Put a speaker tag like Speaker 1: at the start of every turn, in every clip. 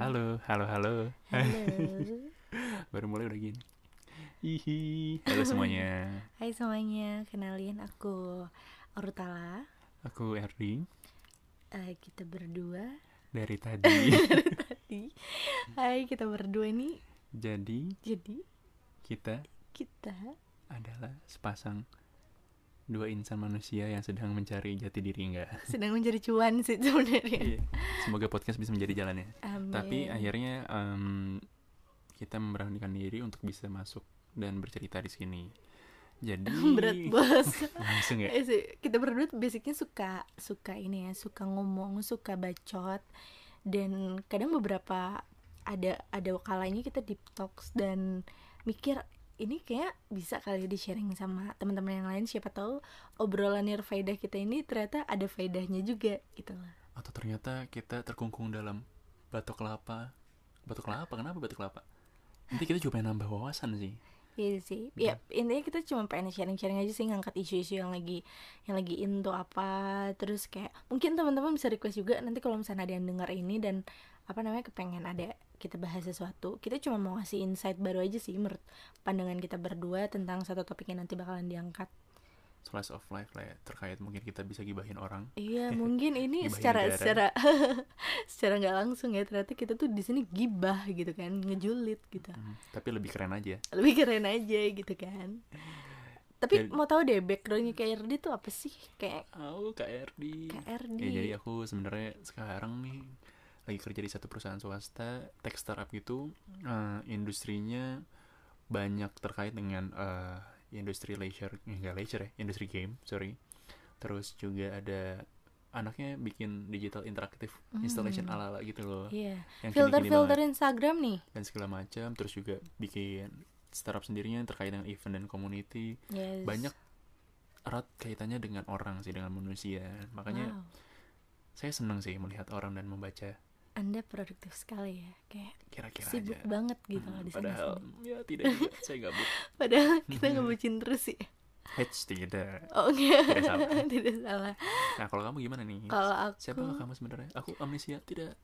Speaker 1: Halo, halo.
Speaker 2: Halo.
Speaker 1: Baru mulai udah gini. Hihi. Halo semuanya.
Speaker 2: Hai semuanya, kenalin aku Orutala.
Speaker 1: Aku Erdi
Speaker 2: Eh, kita berdua.
Speaker 1: dari tadi.
Speaker 2: Tadi. Hai, kita berdua nih.
Speaker 1: Jadi,
Speaker 2: Jadi
Speaker 1: kita
Speaker 2: kita
Speaker 1: adalah sepasang dua insan manusia yang sedang mencari jati diri enggak.
Speaker 2: sedang mencari cuan sih sebenarnya.
Speaker 1: Iya. Semoga podcast bisa menjadi jalannya.
Speaker 2: Amin.
Speaker 1: Tapi akhirnya em, kita memberanikan diri untuk bisa masuk dan bercerita di sini. Jadi
Speaker 2: berat bos.
Speaker 1: langsung ya.
Speaker 2: Eh, sih, kita berdua tuh basicnya suka suka ini ya, suka ngomong, suka bacot dan kadang beberapa ada ada kalanya kita deep talks dan mikir ini kayak bisa kali di sharing sama teman-teman yang lain siapa tahu obrolan faedah kita ini ternyata ada faedahnya juga gitu lah.
Speaker 1: Atau ternyata kita terkungkung dalam batok kelapa. Batok kelapa? Kenapa batok kelapa? Nanti kita juga pengen nambah wawasan sih.
Speaker 2: Iya sih. Ya, intinya kita cuma pengen sharing-sharing aja sih ngangkat isu-isu yang lagi yang lagi into apa. Terus kayak mungkin teman-teman bisa request juga nanti kalau misalnya ada yang dengar ini dan apa namanya kepengen ada kita bahas sesuatu. Kita cuma mau ngasih insight baru aja sih menurut pandangan kita berdua tentang satu topik yang nanti bakalan diangkat.
Speaker 1: Slice of life lah ya. Terkait mungkin kita bisa gibahin orang.
Speaker 2: Iya, mungkin ini
Speaker 1: Gibahin
Speaker 2: secara
Speaker 1: negara.
Speaker 2: secara secara nggak langsung ya ternyata kita tuh di sini gibah gitu kan, ngejulit gitu.
Speaker 1: Hmm, Tapi lebih keren aja.
Speaker 2: lebih keren aja gitu kan tapi
Speaker 1: Jadi-
Speaker 2: mau tahu deh backgroundnya KRD itu apa sih kayak
Speaker 1: Oh, KRD.
Speaker 2: KRD
Speaker 1: Ya, jadi aku sebenarnya sekarang nih lagi kerja di satu perusahaan swasta tech startup gitu eh, industrinya banyak terkait dengan eh, industri leisure eh, enggak leisure ya industri game sorry terus juga ada anaknya bikin digital interaktif installation
Speaker 2: Hmm.
Speaker 1: ala ala gitu loh
Speaker 2: Iya.
Speaker 1: yang
Speaker 2: filter
Speaker 1: kini-kini
Speaker 2: filter
Speaker 1: banget
Speaker 2: Instagram nih
Speaker 1: dan segala macam terus juga bikin startup sendirinya terkait dengan event dan community
Speaker 2: Yes.
Speaker 1: banyak erat kaitannya dengan orang sih dengan manusia makanya
Speaker 2: Wow.
Speaker 1: saya seneng sih melihat orang dan membaca
Speaker 2: anda produktif sekali ya kayak
Speaker 1: kira-kira
Speaker 2: sibuk
Speaker 1: aja.
Speaker 2: banget gitu
Speaker 1: Hmm,
Speaker 2: loh di sana
Speaker 1: padahal
Speaker 2: sini.
Speaker 1: ya tidak juga saya gabut.
Speaker 2: padahal kita nggak bucin terus sih
Speaker 1: Hits tidak.
Speaker 2: oh enggak
Speaker 1: Tidak salah.
Speaker 2: tidak salah
Speaker 1: Nah kalau kamu gimana nih?
Speaker 2: kalau aku
Speaker 1: Siapa kamu sebenarnya? Aku amnesia tidak.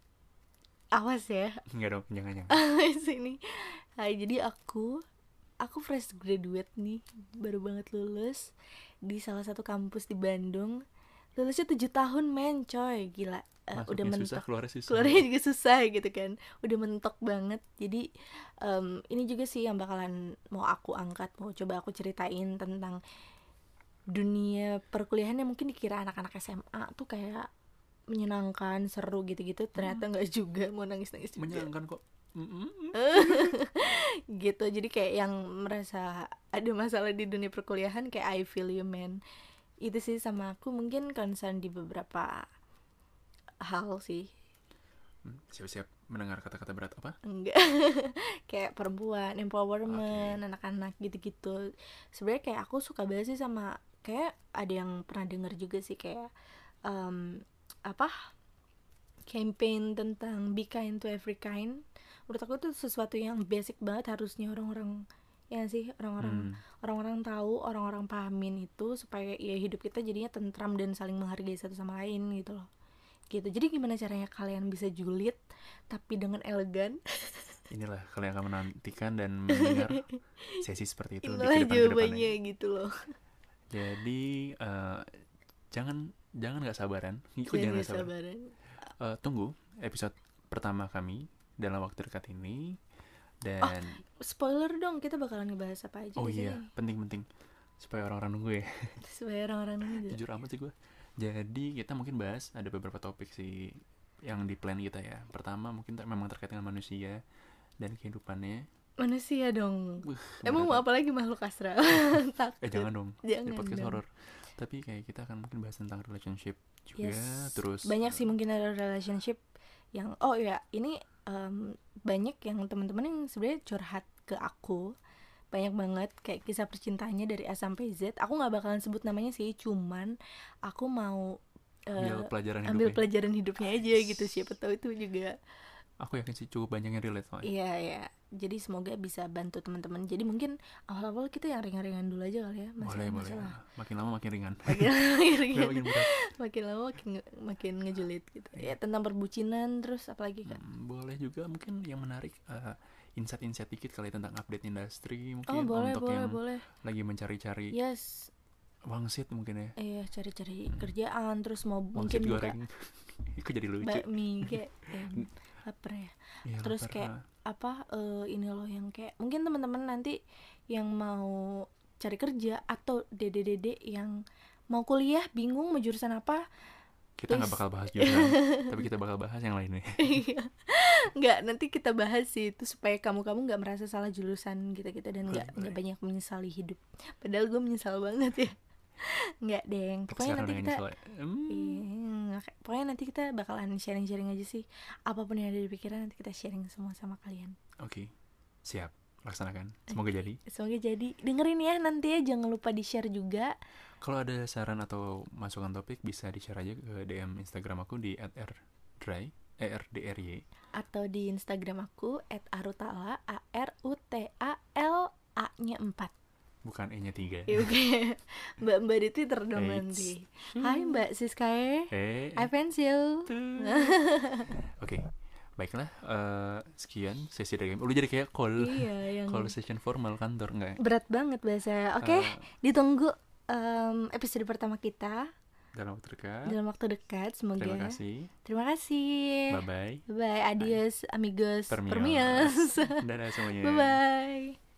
Speaker 2: awas ya
Speaker 1: Enggak dong,
Speaker 2: Ah,
Speaker 1: jangan jangan.
Speaker 2: sini Hai, jadi aku aku fresh graduate nih baru banget lulus di salah satu kampus di Bandung lulusnya tujuh tahun men coy gila Eh, udah
Speaker 1: Masuknya ya, susah,
Speaker 2: mentok
Speaker 1: keluarnya susah.
Speaker 2: keluarnya juga susah gitu kan udah mentok banget jadi em, ini juga sih yang bakalan mau aku angkat mau coba aku ceritain tentang dunia perkuliahan yang mungkin dikira anak-anak SMA tuh kayak menyenangkan seru gitu-gitu ternyata nggak juga mau nangis-nangis juga
Speaker 1: Hmm. Menyenangkan kok. Mm, Mm-mm.
Speaker 2: Eh. gitu jadi kayak yang merasa ada masalah di dunia perkuliahan kayak I feel you man itu sih sama aku mungkin concern di beberapa hal sih
Speaker 1: Hmm, Siap-siap mendengar kata-kata berat apa?
Speaker 2: enggak kayak perempuan empowerment anak-anak gitu-gitu sebenarnya kayak aku suka banget sih sama kayak ada yang pernah denger juga sih kayak em, apa campaign tentang be kind to every kind menurut aku tuh sesuatu yang basic banget harusnya orang-orang ya nggak sih orang-orang
Speaker 1: Hmm.
Speaker 2: orang-orang tahu orang-orang pahamin itu supaya ya hidup kita jadinya tentram dan saling menghargai satu sama lain gitu loh gitu jadi gimana caranya kalian bisa julid tapi dengan elegan
Speaker 1: Inilah kalian akan menantikan dan mendengar sesi seperti itu di
Speaker 2: inilah
Speaker 1: kehidupan
Speaker 2: jawabannya gitu loh
Speaker 1: Jadi eh, jangan jangan nggak sabaran. Ikut
Speaker 2: Jangan
Speaker 1: jangan nggak sabaran.
Speaker 2: sabaran
Speaker 1: Eh, tunggu episode pertama kami dalam waktu dekat ini dan
Speaker 2: spoiler dong kita bakalan ngebahas apa aja
Speaker 1: oh,
Speaker 2: di
Speaker 1: iya
Speaker 2: sini.
Speaker 1: penting-penting supaya orang-orang nunggu ya
Speaker 2: supaya orang-orang ini
Speaker 1: Nah, jujur amat sih gue jadi kita mungkin bahas ada beberapa topik sih yang di plan kita ya pertama mungkin ter- memang terkait dengan manusia dan kehidupannya
Speaker 2: manusia dong
Speaker 1: Wuh,
Speaker 2: emang mau
Speaker 1: berat.
Speaker 2: apa lagi makhluk astral takut
Speaker 1: eh jangan dong
Speaker 2: Jangan
Speaker 1: di podcast
Speaker 2: dong.
Speaker 1: horor tapi kayak kita akan mungkin bahas tentang relationship juga
Speaker 2: Yes.
Speaker 1: terus
Speaker 2: banyak
Speaker 1: eh,
Speaker 2: sih mungkin ada relationship yang oh ya ini em, banyak yang teman-teman yang sebenarnya curhat ke aku banyak banget kayak kisah percintaannya dari A sampai Z aku nggak bakalan sebut namanya sih cuman aku mau eh,
Speaker 1: ambil pelajaran
Speaker 2: ambil
Speaker 1: hidupnya.
Speaker 2: pelajaran hidupnya aja gitu siapa tahu itu juga
Speaker 1: aku yakin sih cukup banyak yang relate soalnya
Speaker 2: Iya ya. Jadi semoga bisa bantu teman-teman. Jadi mungkin awal-awal kita yang ringan-ringan dulu aja kali ya.
Speaker 1: boleh boleh
Speaker 2: masalah. gitu.
Speaker 1: makin lama makin ringan
Speaker 2: Makin lama makin,
Speaker 1: Nggak
Speaker 2: ringan.
Speaker 1: makin berat
Speaker 2: makin lama makin nge- makin ngejulit gitu. Ya tentang perbucinan terus apalagi kak.
Speaker 1: Hmm, boleh juga mungkin yang menarik eh, insight-insight dikit kali ya tentang update industri mungkin
Speaker 2: Oh boleh
Speaker 1: untuk
Speaker 2: boleh Iya.
Speaker 1: yang
Speaker 2: boleh.
Speaker 1: lagi mencari-cari
Speaker 2: Yes.
Speaker 1: wangsit mungkin ya
Speaker 2: Iya cari-cari kerjaan terus mau mungkin
Speaker 1: wangsit
Speaker 2: buka
Speaker 1: goreng itu jadi lucu
Speaker 2: bakmi kayak. em, eh, Lapar ya.
Speaker 1: Iya,
Speaker 2: terus
Speaker 1: lapar.
Speaker 2: kayak- apa eh, ini loh yang kayak mungkin teman-teman nanti yang mau cari kerja atau dede-dede yang mau kuliah bingung mau jurusan apa
Speaker 1: kita nggak
Speaker 2: Please.
Speaker 1: bakal bahas jurusan tapi kita bakal bahas yang lainnya
Speaker 2: Iya, nggak nanti kita bahas sih itu supaya kamu-kamu nggak merasa salah jurusan kita kita dan nggak
Speaker 1: Boleh,
Speaker 2: nggak banyak menyesali hidup padahal gue menyesal banget ya nggak deng pokoknya
Speaker 1: Sekarang
Speaker 2: nanti
Speaker 1: udah
Speaker 2: kita
Speaker 1: nyesel ya. Hmm,
Speaker 2: Iya, nggak kayak- pokoknya nanti kita bakalan sharing-sharing aja sih apapun yang ada di pikiran nanti kita sharing semua sama kalian
Speaker 1: oke siap laksanakan semoga jadi
Speaker 2: semoga jadi dengerin ya nanti ya jangan lupa di share juga
Speaker 1: Kalau ada saran atau masukan topik bisa di-share aja ke DM Instagram aku di @rdry erdry.
Speaker 2: atau di Instagram aku @arutala a r u t a l a nya 4
Speaker 1: Bukan E-nya 3.
Speaker 2: Ya, oke Mbak Mbak di Twitter dong
Speaker 1: Eits.
Speaker 2: nanti Hai Mbak ya. Siskae
Speaker 1: Eh.
Speaker 2: I fancy you
Speaker 1: Oke. Baiklah, eh, sekian sesi dari kami. Lu jadi kayak call
Speaker 2: Iya yang
Speaker 1: call session formal kantor enggak?
Speaker 2: berat banget bahasa Oke
Speaker 1: Eh.
Speaker 2: ditunggu em, episode pertama kita
Speaker 1: dalam waktu dekat.
Speaker 2: Dalam waktu dekat semoga
Speaker 1: Eh.
Speaker 2: ya.
Speaker 1: Terima kasih.
Speaker 2: Terima kasih.
Speaker 1: Bye Iya. bye.
Speaker 2: Bye, Adios amigos
Speaker 1: Permios.
Speaker 2: Permios
Speaker 1: Dadah semuanya.
Speaker 2: Bye bye